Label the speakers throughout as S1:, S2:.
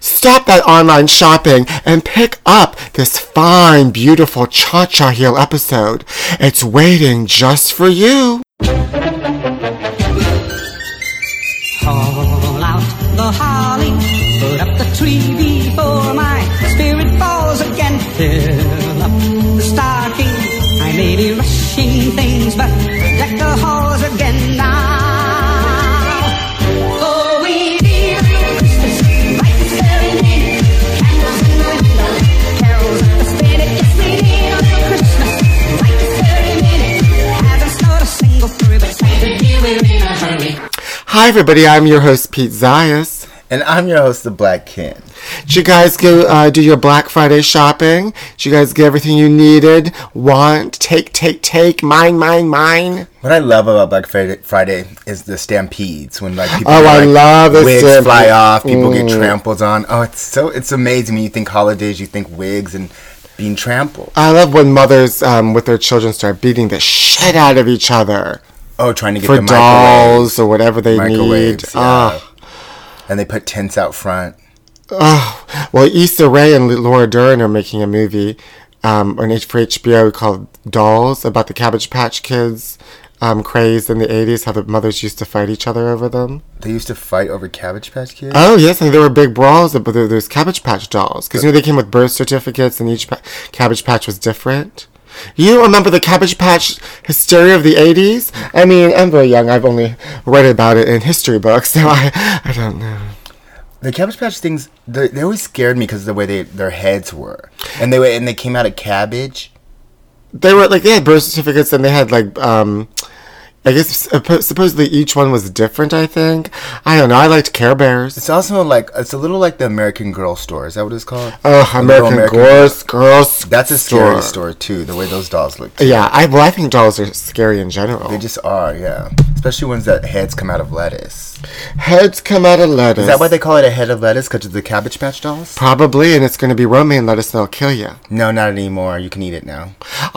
S1: Stop that online shopping and pick up this fine, beautiful Cha Cha Heel episode. It's waiting just for you.
S2: Haul out the holly, put up the tree before my spirit falls again. Fill up the stocking. I may be rushing things, but let the halls again now. For we dear Christmas, lights and serenade, candles in the window, carols at the spinet. Yes, we need a little Christmas, lights and serenade. Haven't snowed a single flurry, but Santa dear, we're in a hurry.
S1: Hi, everybody. I'm your host, Pete Zayas.
S3: And I'm your host, The Black Ken.
S1: Did you guys go uh, do your Black Friday shopping? Did you guys get everything you needed, want, take, take, take, mine, mine, mine?
S3: What I love about Black Fri- Friday is the stampedes when like people
S1: Oh, I
S3: like,
S1: love the
S3: wigs
S1: stampede. Mm.
S3: fly off, people get trampled on. Oh, it's so it's amazing when you think holidays, you think wigs and being trampled.
S1: I love when mothers um, with their children start beating the shit out of each other
S3: Oh, trying to get
S1: for
S3: the
S1: dolls or whatever they need.
S3: microwaves, microwaves,
S1: Ah.
S3: yeah. and they put tents out front.
S1: Well, Issa Rae and Laura Dern are making a movie um, on H- for HBO called Dolls about the Cabbage Patch Kids um, craze in the 80s, how the mothers used to fight each other over them.
S3: They used to fight over Cabbage Patch Kids.
S1: Oh, yes, and there were big brawls about th- those Cabbage Patch dolls. Because, you know, they came with birth certificates and each pa- Cabbage Patch was different. You remember the Cabbage Patch hysteria of the 80s? I mean, I'm very young. I've only read about it in history books, so I, I don't know.
S3: The Cabbage Patch things, they, they always scared me because of the way they their heads were, and they were, and they came out of cabbage.
S1: they were like they had birth certificates and they had like um i guess suppo- supposedly each one was different i think i don't know i liked care bears
S3: It's also like it's a little like the American Girl store. Is that what it's called?
S1: oh
S3: The little
S1: american, girls girls
S3: That's a scary store too. The way those dolls look. Too.
S1: yeah i well i think dolls are scary in general
S3: They just are, yeah. Especially ones that heads come out of lettuce.
S1: heads come out of lettuce
S3: Is that why they call it a head of lettuce? Because of the Cabbage Patch dolls?
S1: probably and it's going to be romaine lettuce and i'll kill you
S3: No, not anymore. You can eat it now.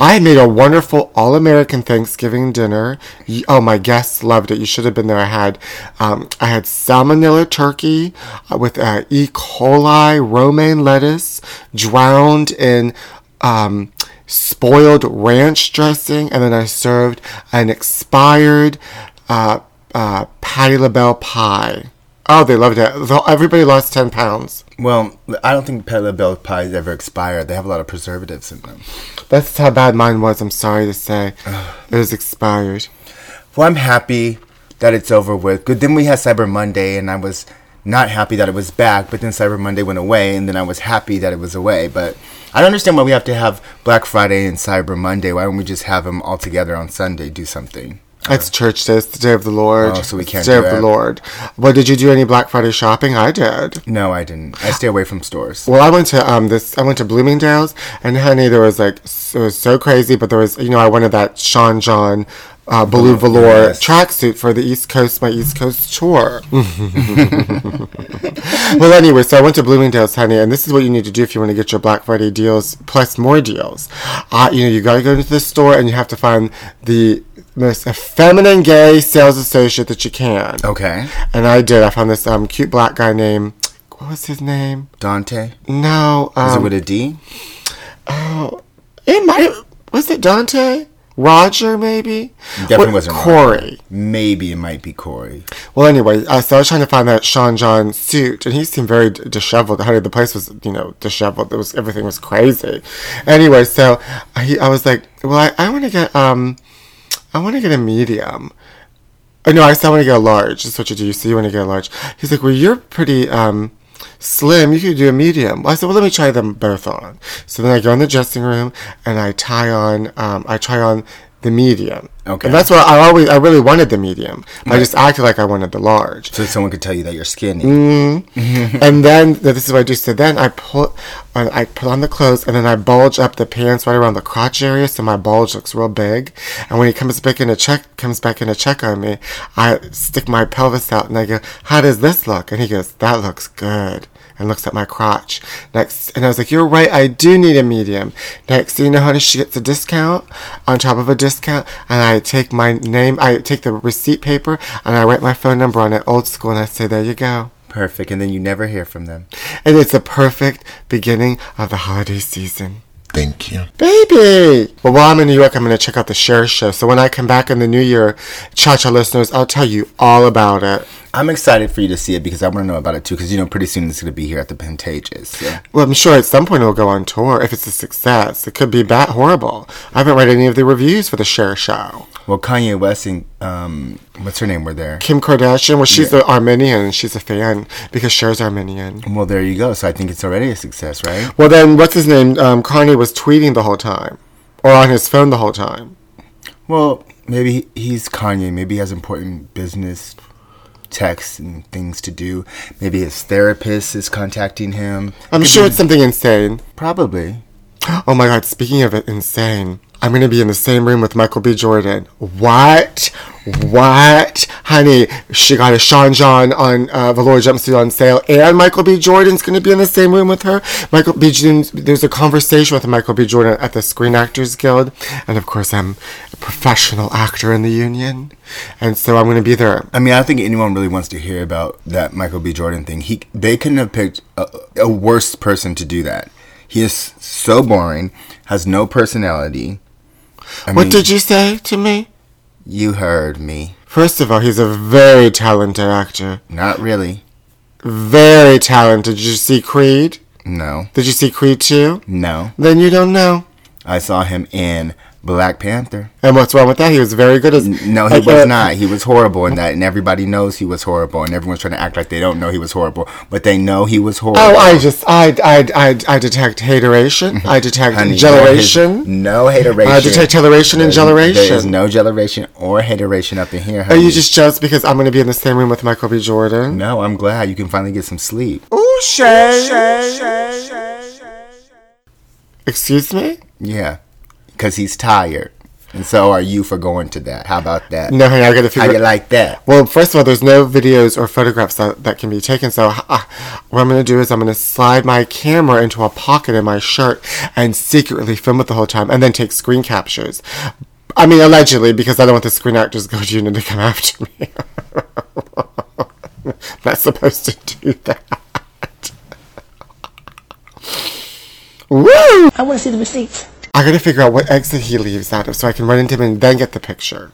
S1: i made a wonderful all-american thanksgiving dinner Y- oh my guests loved it you should have been there i had um, i had salmonella turkey uh, with uh, e coli romaine lettuce drowned in um, spoiled ranch dressing and then i served an expired uh, uh, patty labelle pie oh they loved it Though everybody lost 10 pounds
S3: Well, I don't think Pet Bell pies ever expire. They have a lot of preservatives in them.
S1: That's how bad mine was, I'm sorry to say. it was expired.
S3: Well, I'm happy that it's over with. Good. Then we had Cyber Monday, and I was not happy that it was back. But then Cyber Monday went away, and then I was happy that it was away. But I don't understand why we have to have Black Friday and Cyber Monday. Why don't we just have them all together on Sunday? Do something.
S1: It's church day. It's the day of the Lord.
S3: Oh, so we
S1: It's
S3: can't
S1: the day
S3: do
S1: of the
S3: it.
S1: Lord. Well, did you do any Black Friday shopping? I did.
S3: No, I didn't. I stay away from stores.
S1: Well, I went to um this. I went to Bloomingdale's, and honey, there was like s- it was so crazy. But there was you know I wanted that Sean John uh, blue velour
S3: Oh, yes.
S1: tracksuit for the East Coast my East Coast tour. well, anyway, so I went to Bloomingdale's, honey, and this is what you need to do if you want to get your Black Friday deals plus more deals. Uh, you know, you got to go into the store and you have to find the most feminine gay sales associate that you can.
S3: Okay.
S1: And I did. I found this um, cute black guy named, what was his name?
S3: Dante?
S1: No. Um,
S3: Is it with a D?
S1: It might. Was it Dante? Roger, maybe.
S3: Definitely wasn't Roger.
S1: Corey.
S3: Maybe it might be Corey.
S1: Well, anyway, uh, so I was trying to find that Sean John suit, and he seemed very d- disheveled. Honey, the place was, you know, disheveled. It was everything was crazy. Anyway, so he, I was like, well, I, I want to get, um, I want to get a medium. Oh, no, I said I want to get a large. That's what you do. You say you want to get a large. He's like, well, you're pretty um, slim. You could do a medium. I said, well, let me try them both on. So then I go in the dressing room and I tie on, um, I try on the medium.
S3: Okay.
S1: And that's what I always, I really wanted the medium. I just acted like I wanted the large.
S3: So someone could tell you that you're skinny.
S1: and then this is what I do. So then I pull, I I put on the clothes and then I bulge up the pants right around the crotch area, so my bulge looks real big. And when he comes back in to check, comes back in to check on me, I stick my pelvis out and I go, "How does this look?" And he goes, "That looks good." And looks at my crotch next, and I was like, "You're right. I do need a medium." Next, thing you know, honey, she gets a discount on top of a discount, and I take my name, I take the receipt paper, and I write my phone number on it, old school, and I say, "There you go."
S3: Perfect. And then you never hear from them.
S1: And it's the perfect beginning of the holiday season.
S4: Thank you.
S1: Baby! Well, while I'm in New York, I'm going to check out the Cher show. So when I come back in the new year, Cha Cha listeners, I'll tell you all about it.
S3: I'm excited for you to see it because I want to know about it too. Because you know, pretty soon it's going to be here at the Pantages. So.
S1: Well, I'm sure at some point it'll go on tour if it's a success. It could be that horrible. I haven't read any of the reviews for the Cher show.
S3: Well, Kanye West and um, what's her name were there.
S1: Kim Kardashian, well, she's an Armenian. and She's a fan because Cher's Armenian.
S3: Well, there you go. So I think it's already a success, right?
S1: Well, then, what's his name? Um, Kanye was tweeting the whole time or on his phone the whole time.
S3: Well, maybe he- he's Kanye. Maybe he has important business texts and things to do. Maybe his therapist is contacting him.
S1: I'm
S3: Could
S1: sure
S3: be-
S1: it's something insane.
S3: probably.
S1: Oh my god, speaking of it, insane. I'm gonna be in the same room with Michael B. Jordan. What? What? Honey, she got a Sean John on uh, velour jumpsuit on sale, and Michael B. Jordan's gonna be in the same room with her. Michael B. Jordan, there's a conversation with Michael B. Jordan at the Screen Actors Guild, and of course, I'm a professional actor in the union, and so I'm gonna be there.
S3: I mean, I don't think anyone really wants to hear about that Michael B. Jordan thing. He they couldn't have picked a, a worse person to do that. He is so boring, has no personality. I
S1: What
S3: mean,
S1: did you say to me?
S3: you heard me?
S1: First of all, he's a very talented actor.
S3: Not really.
S1: Very talented. Did you see Creed?
S3: No,
S1: Did you see Creed 2?
S3: no.
S1: Then you don't know.
S3: I saw him in Black Panther.
S1: And what's wrong with that? He was very good as.
S3: No, he
S1: like,
S3: was
S1: uh,
S3: not. He was horrible in that, and everybody knows he was horrible, and everyone's trying to act like they don't know he was horrible, but they know he was horrible.
S1: Oh, I just, I, I, I, I detect hateration. I detect
S3: Mm-hmm. Honey, there is
S1: generation. Uh,
S3: No hateration.
S1: I detect hateration and
S3: There's- There is
S1: generation.
S3: no generation or hateration up in here.
S1: Are
S3: Honey.
S1: you just jealous because I'm going to be in the same room with Michael B. Jordan?
S3: No, I'm glad you can finally get some sleep.
S1: Ooh, Shay. Excuse me?
S3: Yeah, because he's tired, and so are you for going to that. How about that?
S1: No, honey, I got to
S3: How
S1: figure
S3: you like that?
S1: Well, first of all, there's no videos or photographs that, that can be taken. So, uh, what I'm going to do is I'm going to slide my camera into a pocket in my shirt and secretly film it the whole time and then take screen captures. I mean, allegedly, because I don't want the Screen Actors Guild Union to come after me. Not supposed to do that. Woo!
S5: I want to see the receipts.
S1: I gotta figure out what exit he leaves out of so I can run into him and then get the picture.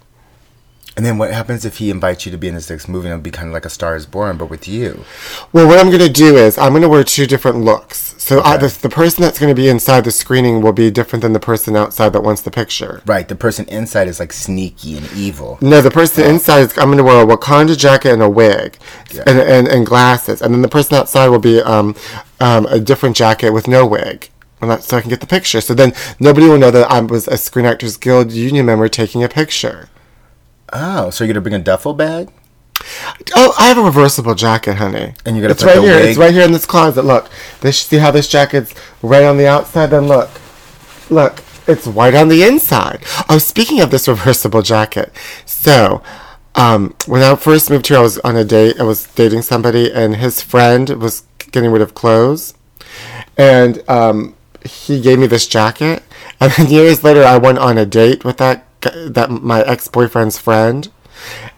S3: And then what happens if he invites you to be in his next movie? and It'll be kind of like a Star Is Born, but with you.
S1: Well, what I'm going to do is I'm going to wear two different looks. So I, the, the person that's going to be inside the screening will be different than the person outside that wants the picture.
S3: Right. The person inside is like sneaky and evil.
S1: No, the person inside is I'm going to wear a Wakanda jacket and a wig and, and, and glasses. And then the person outside will be um, um, a different jacket with no wig. And that, so I can get the picture. So then nobody will know that I was a Screen Actors Guild union member taking a picture.
S3: Oh, so you're gonna bring a duffel bag?
S1: Oh, I have a reversible jacket, honey.
S3: And you're gonna
S1: it's
S3: put
S1: right
S3: the
S1: here.
S3: wig-
S1: It's right here in this closet. Look, this, see how this jacket's right on the outside. Then look, look, it's white on the inside. Oh, speaking of this reversible jacket, so. Um, when I first moved here, I was on a date. I was dating somebody, and his friend was getting rid of clothes, and um, he gave me this jacket. And then years later, I went on a date with that gu- that my ex boyfriend's friend,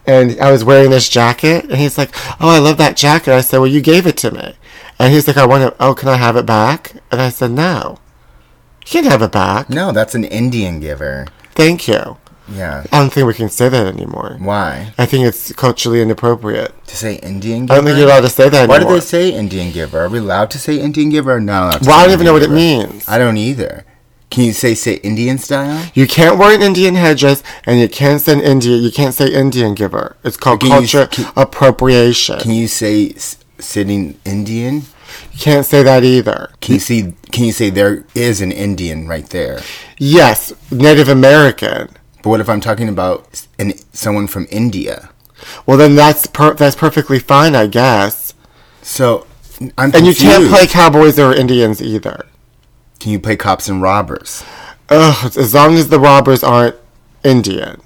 S1: and I was wearing this jacket. And he's like, "Oh, I love that jacket." I said, "Well, you gave it to me," and he's like, "I want it. Oh, can I have it back?" And I said, "No, you can't have it back.
S3: No, that's an Indian giver.
S1: Thank you."
S3: Yeah.
S1: I don't think we can say that anymore.
S3: Why?
S1: I think it's culturally inappropriate.
S3: To say Indian giver?
S1: I don't think you're allowed to say that
S3: Why do
S1: anymore.
S3: they say Indian giver? Are we allowed to say Indian giver or not allowed to
S1: Well,
S3: say
S1: I don't even know what it
S3: Indian giver?
S1: means.
S3: I don't either. Can you say say Indian style?
S1: You can't wear an Indian headdress, and you can't say India. You can't say Indian giver. It's called
S3: Can you-
S1: culture
S3: can-
S1: appropriation.
S3: Can you say s- sitting Indian?
S1: you can't say that either.
S3: Can you see can you say there is an Indian right there?
S1: Yes, Native American.
S3: But what if I'm talking about s- an someone from India?
S1: Well, then that's per- that's perfectly fine, I guess.
S3: So I'm
S1: And you can't
S3: confused.
S1: play cowboys or Indians either.
S3: Can you play cops and robbers?
S1: Ugh, as long as the robbers aren't Indian.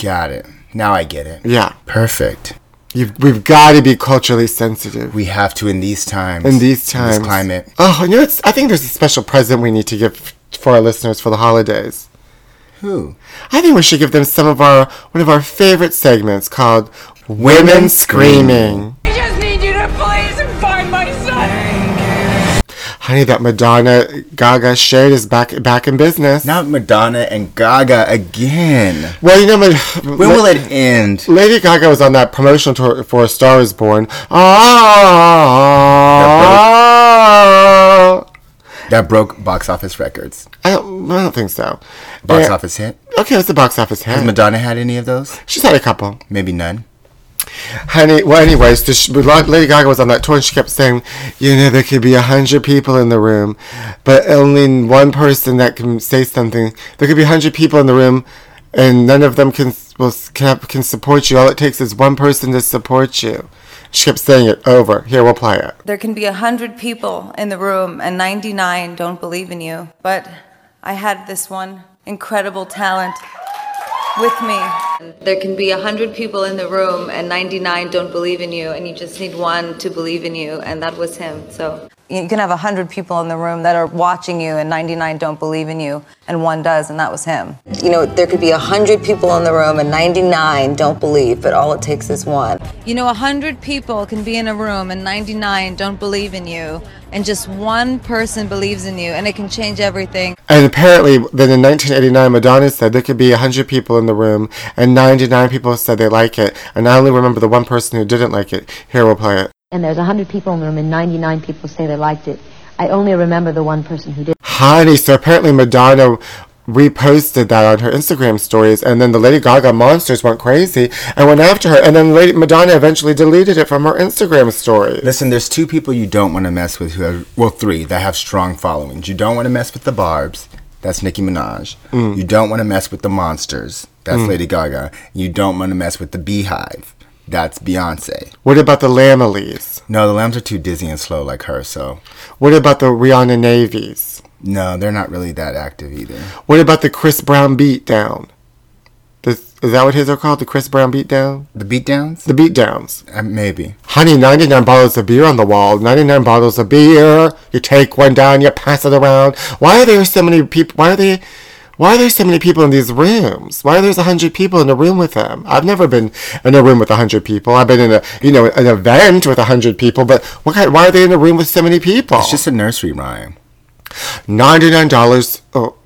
S3: Got it. Now I get it.
S1: Yeah,
S3: Perfect.
S1: You've, we've got to be culturally sensitive.
S3: We have to in these times.
S1: in these times.
S3: This climate.
S1: Oh, you know, it's, I think there's a special present we need to give for our listeners for the holidays.
S3: Who?
S1: I think we should give them some of our one of our favorite segments called "Women,
S3: Women
S1: Screaming."
S6: I just need you to please
S1: honey, that Madonna Gaga shade is back back in business.
S3: Not Madonna and Gaga again.
S1: well, you know, Mad-
S3: When will it end?
S1: Lady Gaga was on that promotional tour for A Star Is Born. Ah,
S3: That broke box office records.
S1: I don't, I don't think so.
S3: Box
S1: Eh,
S3: office hit.
S1: Okay, it's a box office
S3: Has
S1: hit.
S3: Madonna had any of those?
S1: She's had a couple.
S3: Maybe none.
S1: Honey, well, anyways, the sh- Lady Gaga was on that tour and she kept saying, you know, there could be a hundred people in the room, but only one person that can say something. There could be a hundred people in the room, and none of them can will, can, have- can support you. All it takes is one person to support you. She kept saying it over. Here, we'll play it.
S4: There can be a hundred people in the room and 99 don't believe in you, but I had this one incredible talent with me. There can be a hundred people in the room and 99 don't believe in you, and you just need one to believe in you, and that was him. So you can have a hundred people in the room that are watching you and 99 don't believe in you, and one does, and that was him.
S5: You know, there could be 100 people in the room and 99 don't believe, but all it takes is one.
S4: You know, a hundred people can be in a room and 99 don't believe in you, and just one person believes in you, and it can change everything.
S1: And apparently, then in 1989, Madonna said there could be 100 people in the room, and 99 people said they like it. And I only remember the one person who didn't like it. Here, we'll play it.
S6: And there's 100 people in the room, and 99 people say they liked it. I only remember the one person who did.
S1: Honey, so apparently Madonna reposted that on her Instagram stories, and then the Lady Gaga monsters went crazy and went after her. And then Lady Madonna eventually deleted it from her Instagram stories.
S3: Listen, there's two people you don't want to mess with who have, well, three that have strong followings. You don't want to mess with the Barbs. That's Nicki Minaj.
S1: Mm.
S3: You don't want to mess with the Monsters. That's Lady Gaga. You don't want to mess with the Beehive. That's Beyonce.
S1: What about the Lamelies?
S3: No, the lambs are too dizzy and slow like her, so
S1: What about the Rihanna Navies?
S3: no, they're not really that active either.
S1: What about the Chris Brown Beatdown? This, is that what his are called? The Chris Brown Beatdown?
S3: The beatdowns?
S1: The Beatdowns.
S3: Uh, maybe.
S1: Honey, 99 bottles of beer on the wall. 99 bottles of beer. You take one down, you pass it around. Why are there so many people? Why are they? Why are there so many people in these rooms? Why are there's 100 people in a room with them? I've never been in a room with 100 people. I've been in a, you know, an event with 100 people, but what kind, why are they in a room with so many people?
S3: It's just a nursery rhyme.
S1: $99. Oh,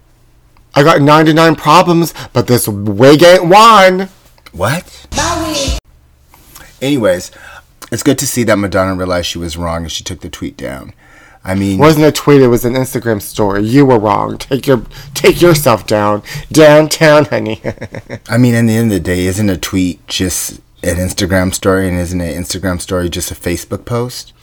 S1: I got 99 problems, but this wig ain't one.
S3: What? Anyways, it's good to see that Madonna realized she was wrong and she took the tweet down. I mean,
S1: wasn't a tweet. It was an Instagram story. You were wrong. Take your take yourself down, downtown, honey.
S3: I mean, in the end of the day, isn't a tweet just an Instagram story, and isn't an Instagram story just a Facebook post?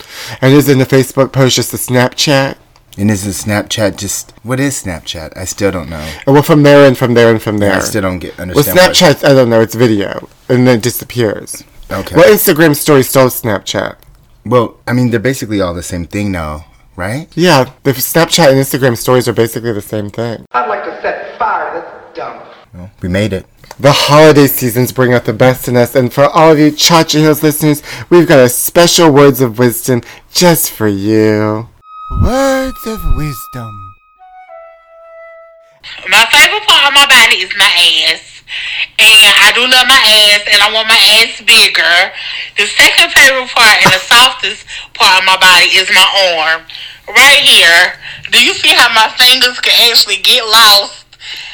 S1: and is in the Facebook post just a Snapchat.
S3: And isn't Snapchat just what is Snapchat? I still don't know.
S1: And Oh, well, from there and from there and from there.
S3: I still don't get
S1: Well,
S3: understand. what-
S1: Snapchat, I don't know. It's video, and then it disappears.
S3: Okay.
S1: Well, Instagram story stole Snapchat.
S3: Well, I mean, they're basically all the same thing now, right?
S1: Yeah, the Snapchat and Instagram stories are basically the same thing.
S7: I'd like to set fire to this dump.
S3: We made it.
S1: The holiday seasons bring out the best in us, and for all of you Chacha Hills listeners, we've got a special words of wisdom just for you. Words of wisdom.
S8: My favorite part of my body is my ass. And I do love my ass and I want my ass bigger. The second favorite part and the softest part of my body is my arm. Right here. Do you see how my fingers can actually get lost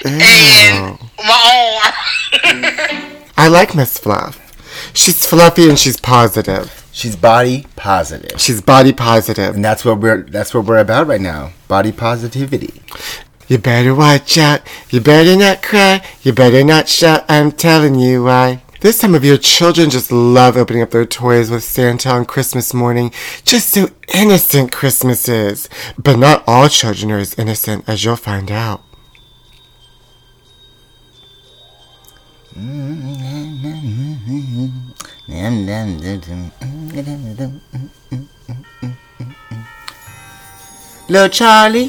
S8: in my arm?
S1: I like Miss Fluff. She's fluffy and she's positive.
S3: She's body positive.
S1: She's body positive.
S3: And that's what we're that's what we're about right now. Body positivity.
S1: You better watch out. You better not cry. You better not shout. I'm telling you why. This time of year, children just love opening up their toys with Santa on Christmas morning. Just so innocent Christmas is. But not all children are as innocent as you'll find out.
S3: Little Charlie,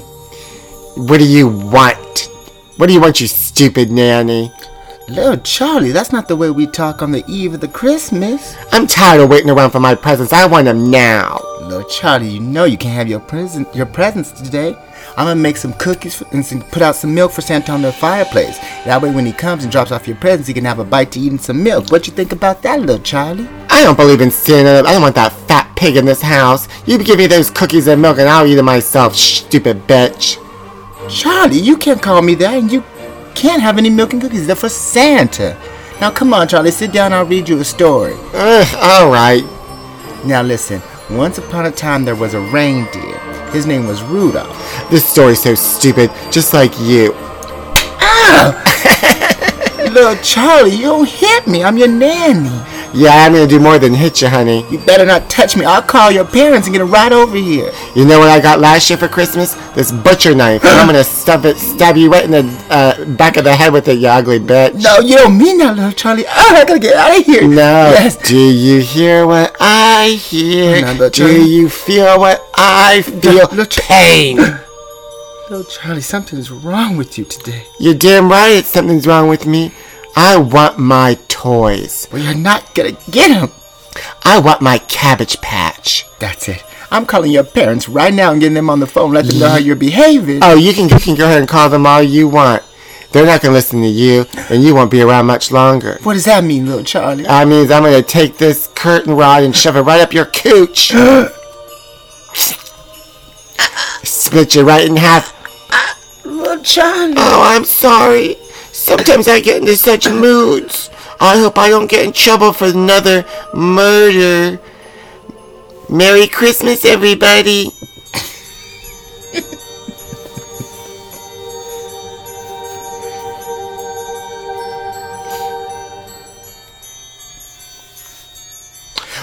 S1: What do you want? What do you want, you stupid nanny?
S3: little Charlie, that's not the way we talk on the eve of the Christmas.
S1: I'm tired of waiting around for my presents. I want them now.
S3: Little Charlie, you know you can't have your present your presents today. I'm gonna make some cookies and some, put out some milk for Santa on the fireplace. That way, when he comes and drops off your presents, he can have a bite to eat and some milk. What you think about that, little Charlie?
S1: I don't believe in Santa. I don't want that fat pig in this house. You give me those cookies and milk and I'll eat it myself, stupid bitch.
S3: Charlie, you can't call me that, and you can't have any milk and cookies. They're for Santa. Now, come on, Charlie, sit down. I'll read you a story.
S1: Ugh, alright.
S3: Now, listen. Once upon a time, there was a reindeer. His name was Rudolph.
S1: This story's so stupid, just like you.
S3: Ah! Look, Charlie, you don't hit me. I'm your nanny.
S1: Yeah, I'm gonna do more than hit you, honey.
S3: You better not touch me. I'll call your parents and get it right over here.
S1: You know what I got last year for Christmas? This butcher knife. And I'm gonna stab it, stab you right in the uh, back of the head with it, you ugly bitch.
S3: No, you don't mean that, little Charlie. Oh, I gotta get out of here.
S1: No.
S3: Yes.
S1: Do you hear what I hear?
S3: No, no,
S1: Do
S3: Jane.
S1: you feel what I feel?
S3: no, Jane.
S1: Pain.
S3: Little Charlie, something's wrong with you today.
S1: You're damn right. It's something's wrong with me. I want my toys.
S3: Well, you're not gonna get him.
S1: I want my cabbage patch.
S3: That's it. I'm calling your parents right now and getting them on the phone. Let them know how you're behaving.
S1: Oh, you can you can go ahead and call them all you want. They're not gonna listen to you, and you won't be around much longer.
S3: what does that mean, little Charlie?
S1: That means I'm gonna take this curtain rod and shove it right up your cooch. Split you right in half.
S3: little Charlie.
S1: Oh, I'm sorry. Sometimes I get into such moods. I hope I don't get in trouble for another murder. Merry Christmas, everybody.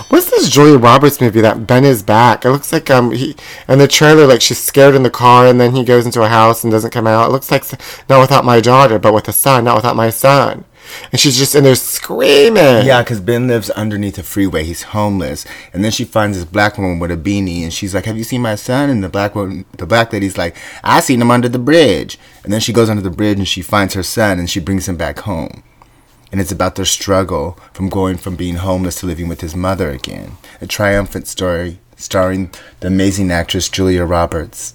S1: What's this Julia Roberts movie that Ben is back? It looks like um he and the trailer like she's scared in the car and then he goes into a house and doesn't come out. It looks like s- not without my daughter, but with a son, not without my son. And she's just in there screaming.
S3: Yeah, 'cause Ben lives underneath a freeway. He's homeless, and then she finds this black woman with a beanie, and she's like, "Have you seen my son?" And the black woman, the black lady's like, "I seen him under the bridge." And then she goes under the bridge, and she finds her son, and she brings him back home. And it's about their struggle from going from being homeless to living with his mother again. A triumphant story starring the amazing actress Julia Roberts.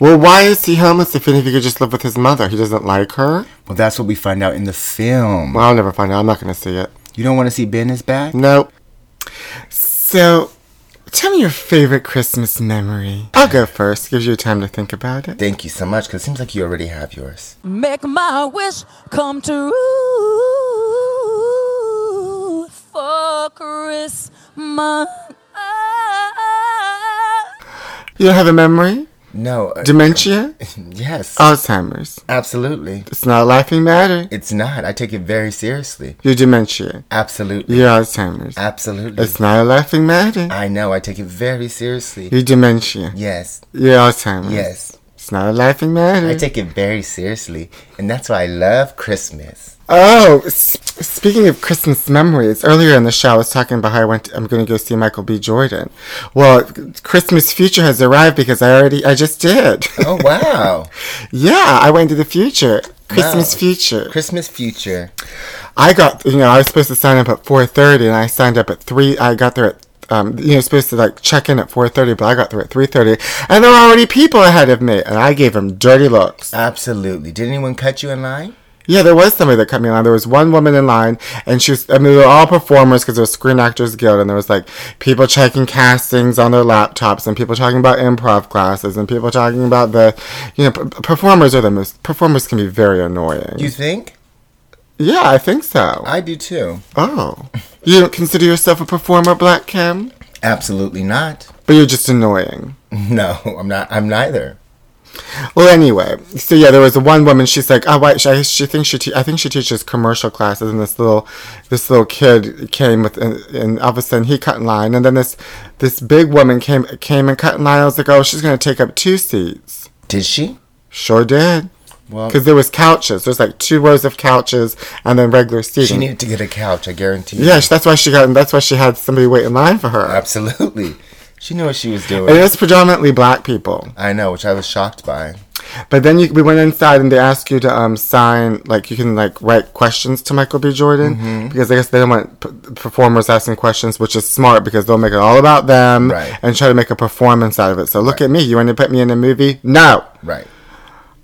S1: Well, why is he homeless if he could just live with his mother? He doesn't like her.
S3: Well, that's what we find out in the film.
S1: Well, I'll never find out. I'm not going to see it.
S3: You don't want to see Ben is back?
S1: Nope. So, tell me your favorite Christmas memory. I'll go first. Gives you time to think about it.
S3: Thank you so much, 'cause it seems like you already have yours.
S9: Make my wish come true for Christmas.
S1: You don't have a memory?
S3: No. uh,
S1: Dementia?
S3: Yes.
S1: Alzheimer's.
S3: Absolutely.
S1: It's not a laughing matter.
S3: It's not. I take it very seriously.
S1: Your dementia.
S3: Absolutely.
S1: Your Alzheimer's.
S3: Absolutely.
S1: It's not a laughing matter.
S3: I know. I take it very seriously.
S1: Your dementia.
S3: Yes.
S1: Your Alzheimer's.
S3: Yes.
S1: It's not a laughing matter.
S3: I take it very seriously. And that's why I love Christmas.
S1: Oh, s- speaking of Christmas memories, earlier in the show I was talking about how I went. I'm going to go see Michael B. Jordan. Well, Christmas future has arrived because I already. I just did.
S3: Oh, wow.
S1: yeah, I went to the future. Christmas future.
S3: Christmas future.
S1: I got. You know, I was supposed to sign up at 4:30, and I signed up at three. I got there at. Um, you know, supposed to like check in at 4:30, but I got there at 3:30, and there were already people ahead of me, and I gave them dirty looks.
S3: Absolutely. Did anyone cut you in line?
S1: Yeah, there was somebody that cut me in line. There was one woman in line, and she was, I mean, they were all performers because there was Screen Actors Guild, and there was like people checking castings on their laptops, and people talking about improv classes, and people talking about the, you know, p- performers are the most, performers can be very annoying.
S3: You think?
S1: yeah, I think so.
S3: I do too.
S1: oh. You don't consider yourself a performer, Black Kim?
S3: Absolutely not.
S1: But you're just annoying.
S3: No, I'm not. I'm neither.
S1: Well, anyway, so yeah, there was one woman. She's like, oh, why? She, she thinks she, te- I think she teaches commercial classes, and this little, this little kid came with, and, and all of a sudden he cut in line, and then this, this big woman came, came and cut in line. I was like, oh, she's gonna take up two seats.
S3: Did she?
S1: Sure did,
S3: Well,
S1: because there was couches. There's like two rows of couches, and then regular
S3: she
S1: seating.
S3: needed to get a couch. I guarantee. you.
S1: yeah, sh- that's why she got, that's why she had somebody wait in line for her.
S3: Absolutely. She knew what she was doing.
S1: And it was predominantly black people.
S3: I know, which I was shocked by.
S1: But then you, we went inside and they asked you to um, sign, like you can like write questions to Michael B. Jordan because I guess they don't want p- performers asking questions, which is smart because they'll make it all about them
S3: Right.
S1: and try to make a performance out of it. So look at me, you want to put me in a movie? No,
S3: Right.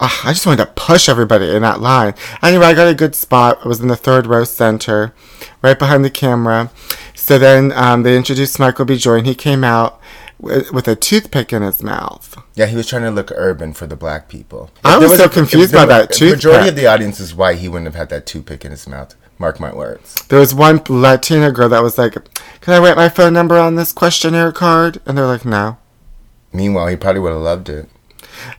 S1: Ugh, I just wanted to push everybody in that line. Anyway, I got a good spot. I was in the third row center, right behind the camera. So then um, they introduced Michael B. Jordan. He came out with, with a toothpick in his mouth.
S3: Yeah, he was trying to look urban for the black people.
S1: I
S3: If
S1: was so
S3: if
S1: confused by that
S3: The majority
S1: toothpick.
S3: of the audience is white. He wouldn't have had that toothpick in his mouth. Mark my words.
S1: There was one Latina girl that was like, "Can I write my phone number on this questionnaire card?" And they're like, "No."
S3: Meanwhile, he probably would have loved it.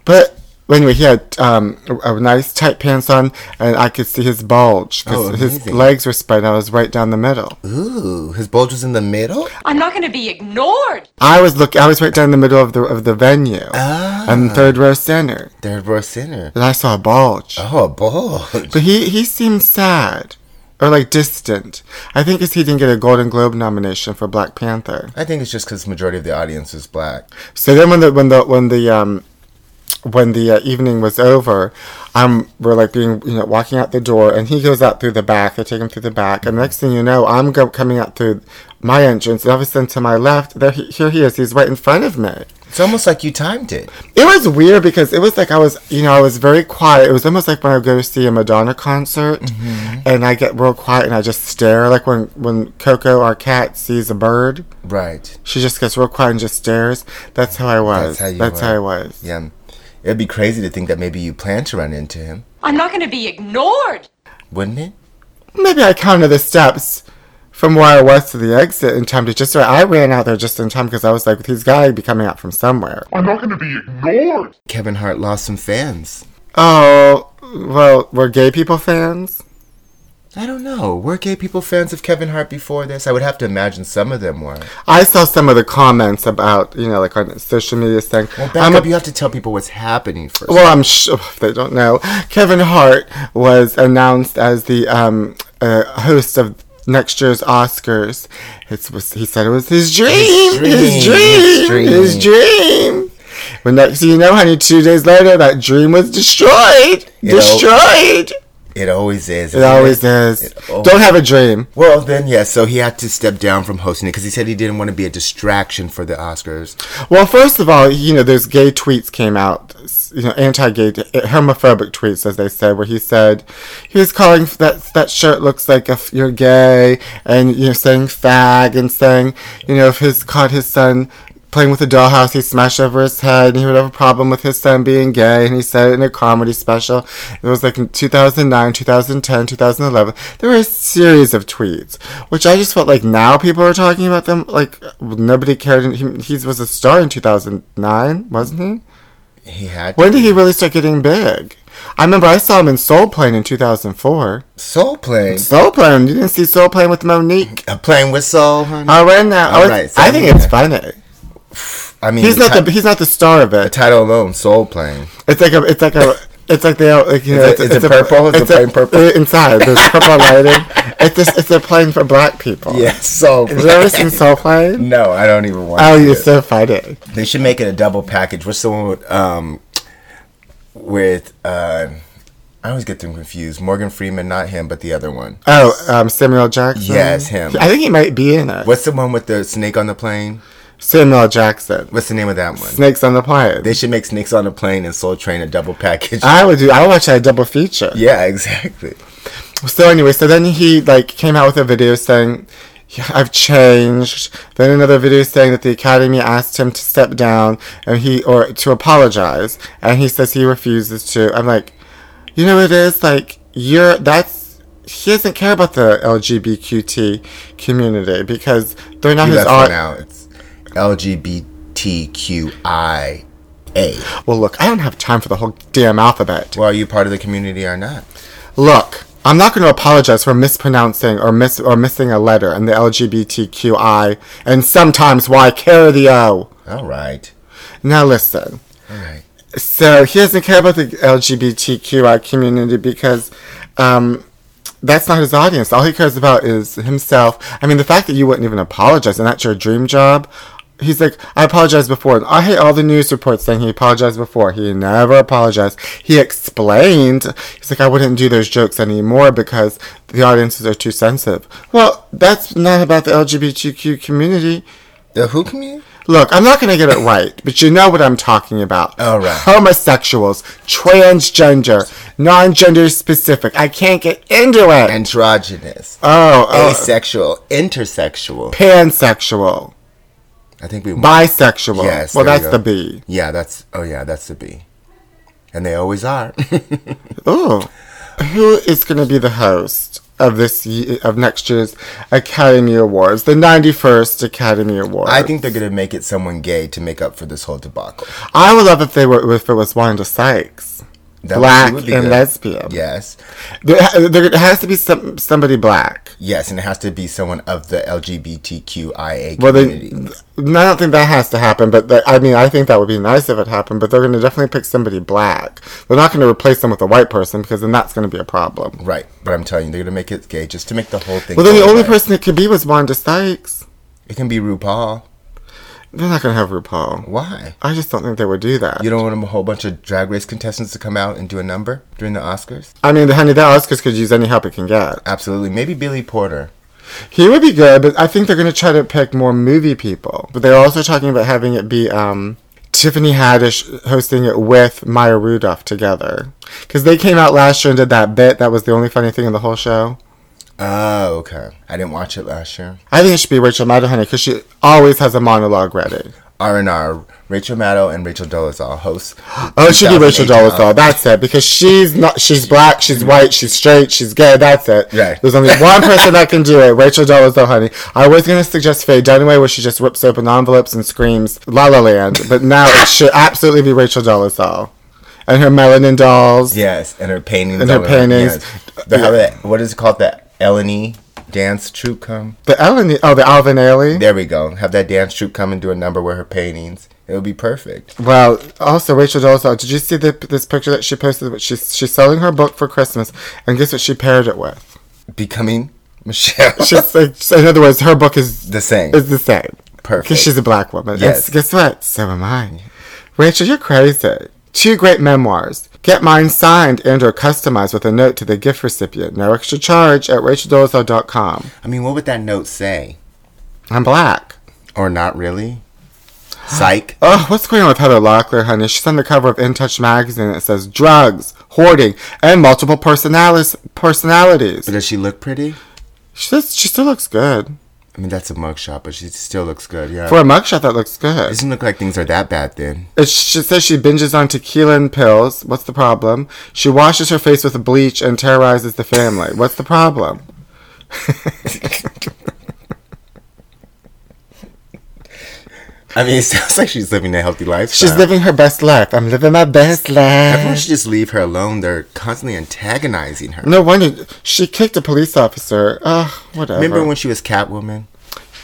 S1: But anyway, he had um, a, a nice tight pants on, and I could see his bulge because
S3: Oh,
S1: his
S3: amazing.
S1: legs were spread out. It was right down the middle.
S3: Ooh, his bulge was in the middle.
S9: I'm not gonna be ignored.
S1: I was look. I was right down the middle of the of the venue,
S3: Ah.
S1: and third row center,
S3: Third row center.
S1: and I saw a bulge.
S3: Oh, a bulge.
S1: But he he seemed sad. Or like distant. I think it's he didn't get a Golden Globe nomination for Black Panther.
S3: I think it's just because majority of the audience is black.
S1: So then when the when the when the um when the uh, evening was over, um, we're like being you know walking out the door, and he goes out through the back. They take him through the back, and next thing you know, I'm go- coming out through my entrance, and all of a sudden to my left, there he, here he is. He's right in front of me.
S3: It's almost like you timed it.
S1: It was weird because it was like I was, you know, I was very quiet. It was almost like when I go to see a Madonna concert, and I get real quiet and I just stare, like when when Coco, our cat, sees a bird.
S3: Right.
S1: She just gets real quiet and just stares. That's how I was. That's how, I was.
S3: Yeah. It'd be crazy to think that maybe you plan to run into him,
S9: I'm not gonna be ignored.
S3: wouldn't it?
S1: Maybe I counted the steps from where I was to the exit in time to just. I ran out there just in time because I was like, "He's got to be coming out from somewhere."
S3: Kevin Hart lost some fans.
S1: Oh well, we're gay people fans.
S3: I don't know. Were gay people fans of Kevin Hart before this? I would have to imagine some of them were.
S1: I saw some of the comments about you know like on social media saying,
S3: Well, back
S1: "I'm
S3: up.
S1: a
S3: you have to tell people what's happening first.
S1: Well, I'm sure they don't know. Kevin Hart was announced as the um, uh, host of next year's Oscars. It was, he said it was his dream, his
S3: dream,
S1: dream, his
S3: his
S1: dream.
S3: dream.
S1: Well, next thing you know, honey, two days later, that dream was destroyed.
S3: know,
S1: destroyed.
S3: it always is.
S1: It always is. Don't have a dream.
S3: Well, then, yes. so he had to step down from hosting it because he said he didn't want to be a distraction for the Oscars.
S1: Well, first of all, you know, those gay tweets came out, s- you know, anti-gay, homophobic tweets, as they said, where he said he was calling f- that that shirt looks like if you're gay, and you know, saying fag, and saying, you know, if his caught his son playing with a dollhouse, he'd smash over his head, and he would have a problem with his son being gay, and he said it in a comedy special. It was like in 2009, 2010, 2011. There were a series of tweets, which I just felt like now people are talking about them like nobody cared. and He, he was a star in 2009, wasn't he?
S3: He had
S1: When did he really start getting big? I remember I saw him in Soul Plane in 2004.
S3: soul playing.
S1: Soul Plane, you didn't see Soul Plane with Monique?
S3: Uh, playing with soul, honey.
S1: Oh, right now.
S3: All
S1: Oh,
S3: right,
S1: it's- I think it's funny.
S3: I mean,
S1: He's
S3: the
S1: not
S3: ti-
S1: the he's not the star of
S3: the
S1: it.
S3: title alone, soul playing.
S1: It's like a, it's like a, it's like they, all- like, you know,
S3: Is it- is it purple? Is it plain purple?
S1: uh, Inside, there's purple lighting. It's just, it's a plane for black people.
S3: soul.
S1: Have you ever seen Soul Plane?
S3: No, I don't even want.
S1: Oh,
S3: to
S1: you're
S3: do it.
S1: so funny.
S3: They should make it a double package. What's the one with um with uh I always get them confused. Morgan Freeman, not him, but the other one.
S1: Oh, um, Samuel Jackson.
S3: Yes, him.
S1: I think he might be in it.
S3: What's the one with the snake on the plane?
S1: Samuel Jackson.
S3: What's the name of that one?
S1: Snakes on the plane.
S3: They should make Snakes on a Plane and Soul Train a double package.
S1: I would do. I would watch that double feature.
S3: yeah, exactly.
S1: So anyway, so then he like came out with a video saying, "Yeah, "I've changed." Then another video saying that the Academy asked him to step down and he or to apologize, and he says he refuses to. I'm like, you know, what it is like you're that's. He doesn't care about the LGBTQT community because they're not
S3: You
S1: his
S3: left one
S1: audience.
S3: out. It's LGBTQIA.
S1: Well, look, I don't have time for the whole damn alphabet.
S3: Well, are you part of the community or not?
S1: Look, I'm not going to apologize for mispronouncing or miss or missing a letter in the LGBTQI and sometimes why carry the O.
S3: All right.
S1: Now listen.
S3: All right.
S1: So he doesn't care about the LGBTQI community because um, that's not his audience. All he cares about is himself. I mean, the fact that you wouldn't even apologize and that's your dream job. He's like, I apologized before. And I hate all the news reports saying he apologized before. He never apologized. He explained. He's like, I wouldn't do those jokes anymore because the audiences are too sensitive. Well, that's not about the LGBTQ community.
S3: The who community?
S1: Look, I'm not going to get it right, but you know what I'm talking about.
S3: All right.
S1: Homosexuals, transgender, non gender specific. I can't get into it.
S3: Androgynous,
S1: oh, oh.
S3: asexual, intersexual.
S1: pansexual,
S3: I think we
S1: bisexual.
S3: Yes.
S1: Well,
S3: there you
S1: that's
S3: go.
S1: the B.
S3: Yeah, that's oh yeah, that's the B. And they always are.
S1: Oh, who is going to be the host of this ye of next year's Academy Awards, the 91st Academy Awards?
S3: I think they're gonna make it someone gay to make up for this whole debacle.
S1: I would love if they were if it was Wanda Sykes,
S3: That
S1: black
S3: would
S1: and
S3: be good.
S1: lesbian.
S3: Yes,
S1: There, ha- there has to be some somebody black.
S3: yes, and it has to be someone of the LGBTQIA
S1: Well, they,
S3: community.
S1: th- I don't think that has to happen, but that, I mean, I think that would be nice if it happened. But they're going to definitely pick somebody black. They're not going to replace them with a white person because then that's going to be a problem.
S3: right, but I'm telling you, they're gonna make it gay just to make the whole thing.
S1: Well, then
S3: go
S1: the only
S3: away.
S1: person it could be was Wanda Sykes.
S3: it can be RuPaul.
S1: They're not going to have RuPaul.
S3: Why?
S1: I just don't think they would do that.
S3: You don't want a whole bunch of drag race contestants to come out and do a number during the Oscars?
S1: I mean, honey, that Oscars could use any help it can get.
S3: Absolutely. Maybe Billy Porter.
S1: He would be good, but I think they're going to try to pick more movie people. But they're also talking about having it be um, Tiffany Haddish hosting it with Maya Rudolph together. Because they came out last year and did that bit. That was the only funny thing in the whole show.
S3: Oh, okay. I didn't watch it last year.
S1: I think it should be Rachel Maddow, because she always has a monologue ready.
S3: R and R. Rachel Maddow and Rachel Dolezal host.
S1: Oh, it should be Rachel
S3: 2018
S1: Dolezal. That's it. Because she's not. She's black. She's white. She's straight. She's gay. That's it.
S3: Right.
S1: There's only one person that can do it. Rachel Dolezal, honey. I was gonna suggest Faye Dunaway, where she just rips open envelopes and screams "La La Land," but now it should absolutely be Rachel Dolezal and her melanin dolls.
S3: Yes, and her paintings.
S1: And her
S3: all over-
S1: paintings.
S3: yes. The, how that, what is it called? The Eleni dance troupe come.
S1: The Ellen. Oh, the Alvin Ailey.
S3: There we go. Have that dance troupe come and do a number with her paintings. It would be perfect.
S1: Well, also Rachel Dolezal. Did you see the, this picture that she posted? Which She's she's selling her book for Christmas, and guess what she paired it with?
S3: Becoming Michelle.
S1: She's like, so in other words, her book is
S3: the same.
S1: is the same.
S3: Perfect.
S1: Because she's a black woman.
S3: Yes.
S1: Yes. guess what? So am I. Rachel, you're crazy. Two great memoirs. Get mine signed and or customized with a note to the gift recipient. No extra charge at racheldozo.com.
S3: I mean, what would that note say?
S1: I'm black.
S3: Or not really? Psych.
S1: Oh, what's going on with Heather Locklear, honey? She's on the cover of In Touch magazine. It says drugs, hoarding, and multiple personalis- personalities.
S3: But does she look pretty?
S1: She, does- she still looks good.
S3: I mean, that's a mugshot, but she still looks good. Yeah.
S1: For a mugshot, that looks good.
S3: doesn't look like things are that bad then.
S1: It she says she binges on tequila and pills. What's the problem? She washes her face with bleach and terrorizes the family. What's the problem?
S3: I mean, it sounds like she's living a healthy lifestyle.
S1: She's living her best life. I'm living my best
S3: Everyone
S1: life.
S3: should just leave her alone. They're constantly antagonizing her.
S1: No wonder she kicked a police officer. Ugh, whatever.
S3: Remember when she was Catwoman?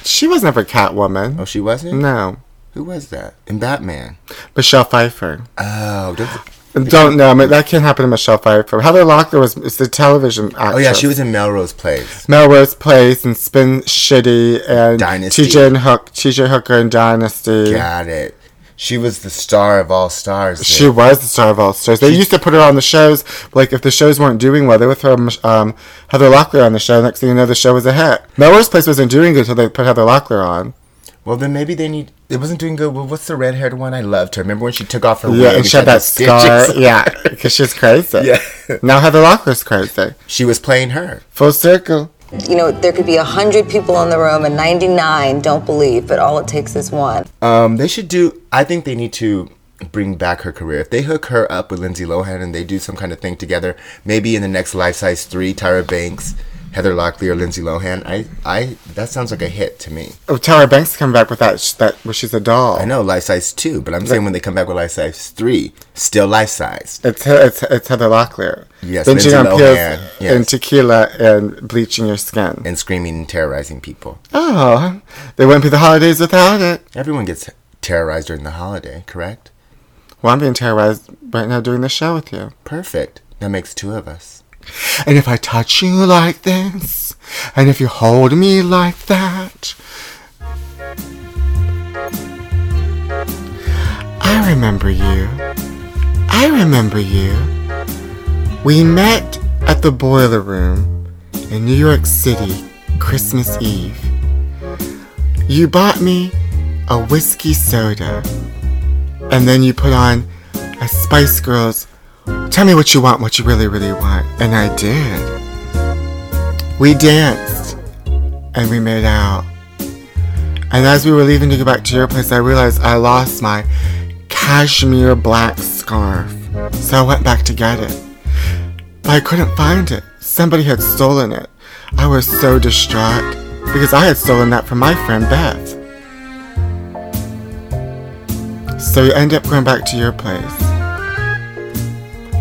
S1: she was never Catwoman?
S3: Oh, she wasn't.
S1: No,
S3: Who was that? In Batman.
S1: Michelle Pfeiffer.
S3: Oh, does-
S1: Don't know. I mean, that can't happen to Michelle Pfeiffer. Heather Locklear was is the television actress.
S3: oh yeah, she was in Melrose Place.
S1: Melrose Place and Spin Shitty and
S3: Dynasty.
S1: TJ and Hook, TJ Hooker and Dynasty.
S3: Got it. She was the star of all stars. then.
S1: She was the star of all stars. They used to put her on the shows. Like if the shows weren't doing well, they would throw um, Heather Locklear on the show. Next thing you know, the show was a hit. Melrose Place wasn't doing good until they put Heather Locklear on.
S3: Well, then maybe they need. It wasn't doing good. Well, what's the red-haired one? I loved her. Remember when she took off her wig?
S1: Yeah, and she had
S3: the
S1: that scar.
S3: stitches?
S1: Yeah, because she's crazy.
S3: Yeah.
S1: Now Heather Locklear's crazy.
S3: She was playing her.
S1: Full circle.
S5: You know, there could be 100 people in the room and 99 don't believe, but all it takes is one.
S3: Um, they should do. I think they need to bring back her career. If they hook her up with Lindsay Lohan and they do some kind of thing together, maybe in the next Life Size Three, Tyra Banks, Heather Locklear, or Lindsay Lohan. I, I, that sounds like a hit to me.
S1: Oh, Tyra Banks come back with that sh- that where she's a doll.
S3: I know Life Size Two, but I'm saying when they come back with Life Size Three, still life size.
S1: It's, he- it's, it's Heather Locklear.
S3: Yes,
S1: Binging
S3: Lindsay
S1: on
S3: Lohan,
S1: pills
S3: yes.
S1: and tequila and bleaching your skin.
S3: and screaming and terrorizing people.
S1: oh, they wouldn't be the holidays without it.
S3: Everyone gets terrorized during the holiday, correct?
S1: Well, I'm being terrorized right now doing this show with you.
S3: Perfect. That makes two of us.
S1: And if I touch you like this, and if you hold me like that. I remember you. I remember you. We met at the boiler room in New York City, Christmas Eve. You bought me a whiskey soda, and then you put on a Spice Girls. Tell me what you want, what you really, really want. And I did. We danced and we made out. And as we were leaving to go back to your place, I realized I lost my cashmere black scarf. So I went back to get it. But I couldn't find it. Somebody had stolen it. I was so distraught because I had stolen that from my friend Beth. So we ended up going back to your place.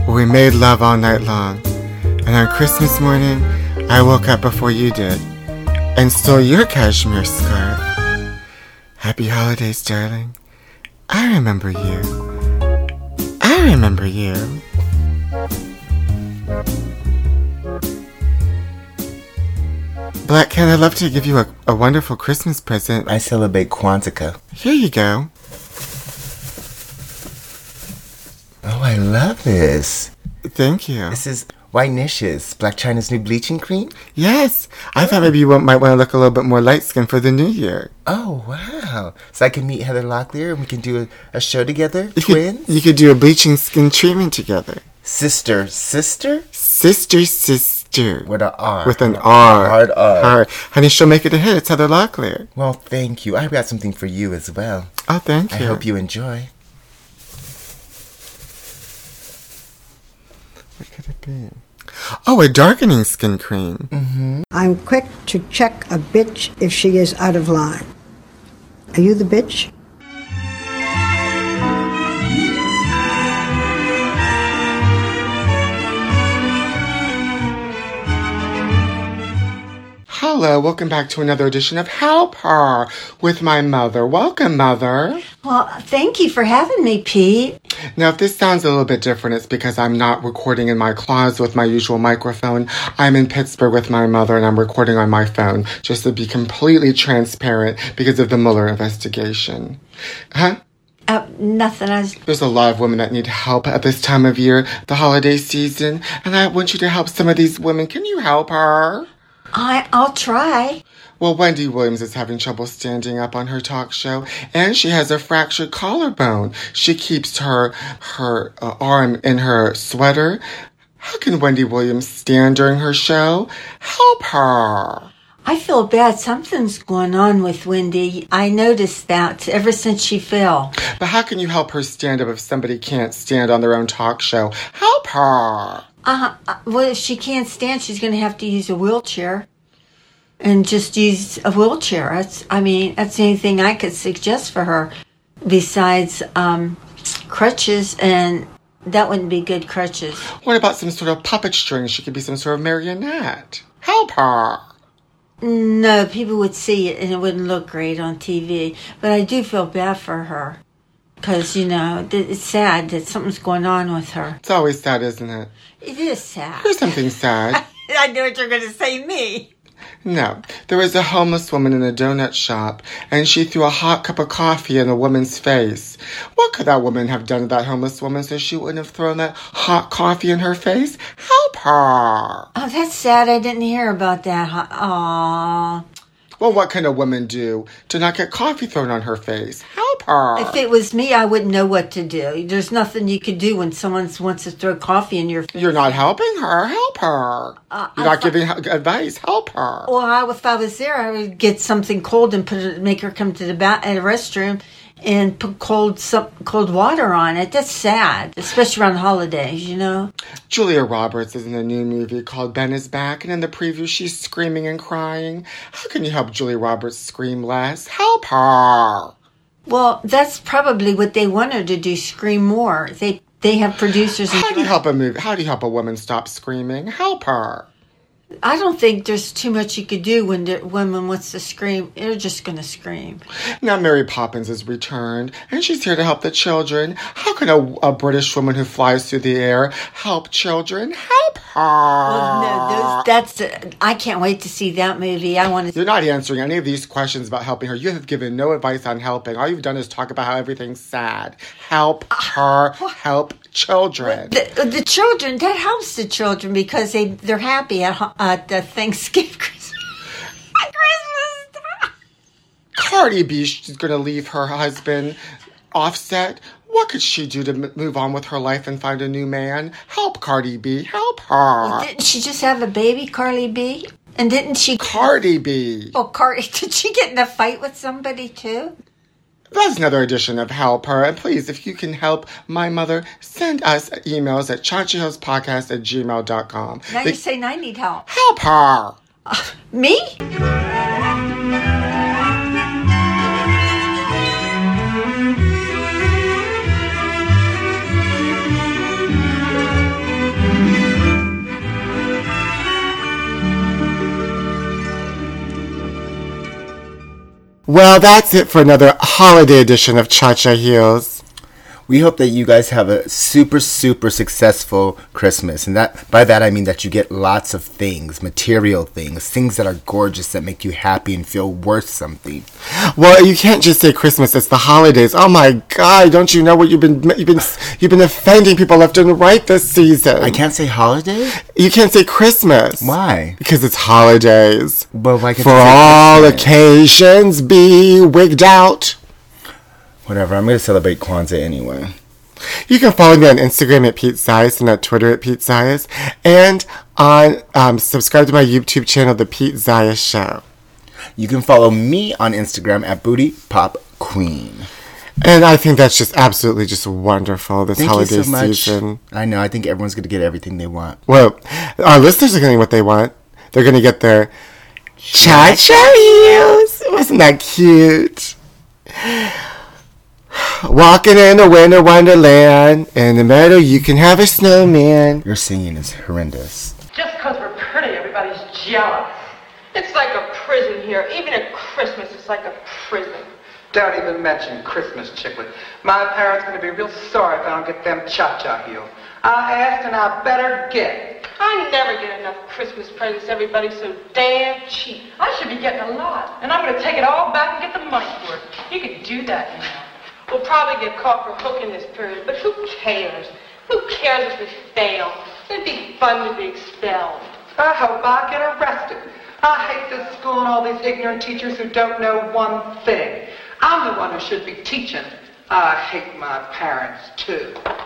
S1: We made love all night long. And on Christmas morning, I woke up before you did and stole your cashmere scarf. Happy holidays, darling. I remember you. I remember you. Black Cat, I'd love to give you a, a wonderful Christmas present.
S3: I celebrate Quantica.
S1: Here you go.
S3: Oh, I love this.
S1: Thank you.
S3: This is White Nishes, Black China's new bleaching cream.
S1: Yes, I thought maybe you wa- might want to look a little bit more light skinned for the new year.
S3: Oh, wow. So I can meet Heather Locklear and we can do a, a show together?
S1: You
S3: Twins?
S1: Could, you could do a bleaching skin treatment together.
S3: Sister, sister?
S1: Sister, sister.
S3: With a R.
S1: With an R.
S3: Hard R.
S1: Hard. Honey, she'll make it a hit. It's Heather Locklear.
S3: Well, thank you. I've got something for you as well.
S1: Oh, thank you.
S3: I hope you enjoy.
S1: What could it be? Oh, a darkening skin cream.
S10: I'm quick to check a bitch if she is out of line. Are you the bitch?
S1: Hello, welcome back to another edition of Help Her with my mother. Welcome, mother.
S11: Well, thank you for having me, Pete.
S1: Now, if this sounds a little bit different, it's because I'm not recording in my closet with my usual microphone. I'm in Pittsburgh with my mother and I'm recording on my phone, just to be completely transparent because of the Mueller investigation. Huh?
S11: Uh, nothing. I was,
S1: There's a lot of women that need help at this time of year, the holiday season, and I want you to help some of these women. Can you help her?
S11: I, I'll try.
S1: Well, Wendy Williams is having trouble standing up on her talk show, and she has a fractured collarbone. She keeps her her uh, arm in her sweater. How can Wendy Williams stand during her show? Help her.
S11: I feel bad. Something's going on with Wendy. I noticed that ever since she fell.
S1: But how can you help her stand up if somebody can't stand on their own talk show? Help her.
S11: Uh, uh, well, if she can't stand, she's going to have to use a wheelchair and just use a wheelchair. That's, I mean, that's the only thing I could suggest for her besides um, crutches, and that wouldn't be good crutches.
S1: What about some sort of puppet string? She could be some sort of marionette. Help her.
S11: No, people would see it and it wouldn't look great on TV. But I do feel bad for her because, you know, th- it's sad that something's going on with her.
S1: It's always sad, isn't it?
S11: It is sad.
S1: Here's something sad.
S11: I know what you're going to say, me.
S1: No, there was a homeless woman in a donut shop, and she threw a hot cup of coffee in a woman's face. What could that woman have done to that homeless woman so she wouldn't have thrown that hot coffee in her face? Help her!
S11: Oh, that's sad. I didn't hear about that. Aw.
S1: Well, what can a woman do to not get coffee thrown on her face? Help her!
S11: If it was me, I wouldn't know what to do. There's nothing you could do when someone wants to throw coffee in your face.
S1: You're not helping her. Help her. You're not giving h- advice. Help her.
S11: Well, I, if I was there, I would get something cold and put it, make her come to the ba- uh, restroom and put cold some, cold water on it. That's sad, especially around the holidays, you know.
S1: Julia Roberts is in a new movie called Ben is Back, and in the preview, she's screaming and crying. How can you help Julia Roberts scream less? Help her!
S11: Well, that's probably what they want her to do: scream more. They they have producers.
S1: How do you
S11: And
S1: help a movie? How do you help a woman stop screaming? Help her!
S11: I don't think there's too much you could do when the woman wants to scream. They're just going to scream.
S1: Now Mary Poppins has returned, and she's here to help the children. How can a, a British woman who flies through the air help children? Help her!
S11: Well, no, those, that's. Uh, I can't wait to see that movie. I want to.
S1: You're not answering any of these questions about helping her. You have given no advice on helping. All you've done is talk about how everything's sad. Help her, help children.
S11: the, the children that helps the children because they they're happy at, ho- at the Thanksgiving Christmas. Christmas time.
S1: Cardi B, she's going to leave her husband. Offset, what could she do to m- move on with her life and find a new man? Help Cardi B, help her.
S11: Didn't she just have a baby, Carly B? And didn't she?
S1: Cardi B.
S11: Oh, Carly, did she get in a fight with somebody too?
S1: That's another edition of Help Her. And please, if you can help my mother, send us emails at chachihospodcast at gmail.com.
S11: Now
S1: They-
S11: you're saying I need help.
S1: help her.
S11: Me?
S1: Well, that's it for another holiday edition of Cha Cha Heels.
S3: We hope that you guys have a super, super successful Christmas. And that by that I mean that you get lots of things, material things, things that are gorgeous that make you happy and feel worth something.
S1: Well, you can't just say Christmas; it's the holidays. Oh my God! Don't you know what you've been you've been you've been offending people left and right this season?
S3: I can't say holiday?
S1: You can't say Christmas.
S3: Why?
S1: Because it's holidays.
S3: But why can't
S1: For
S3: you say
S1: all
S3: Christmas?
S1: occasions, be wigged out.
S3: Whatever, I'm gonna celebrate Kwanzaa anyway.
S1: You can follow me on Instagram at Pete Sias and at Twitter at Pete Sias, and on um, subscribe to my YouTube channel, The Pete Sias Show.
S3: You can follow me on Instagram at Booty Pop Queen.
S1: And I think that's just absolutely just wonderful this
S3: Thank
S1: holiday
S3: you so much.
S1: season.
S3: I know, I think everyone's gonna get everything they want.
S1: Well, our listeners are getting what they want. They're going to get their cha cha heels. Wasn't that cute? Walking in a winter wonderland. In the meadow, you can have a snowman.
S3: Your singing is horrendous.
S12: Just 'cause we're pretty, everybody's jealous. It's like a prison here. Even at Christmas, it's like a prison.
S7: Don't even mention Christmas, Chicklet. My parents gonna be real sorry if I don't get them cha-cha heels. I asked and I better get.
S12: I never get enough Christmas presents. Everybody's so damn cheap. I should be getting a lot, and I'm gonna take it all back and get the money for it. You can do that now. We'll probably get caught for hooking this period, but who cares? Who cares if we fail? It'd be fun to be expelled.
S7: I hope I get arrested. I hate this school and all these ignorant teachers who don't know one thing. I'm the one who should be teaching. I hate my parents too.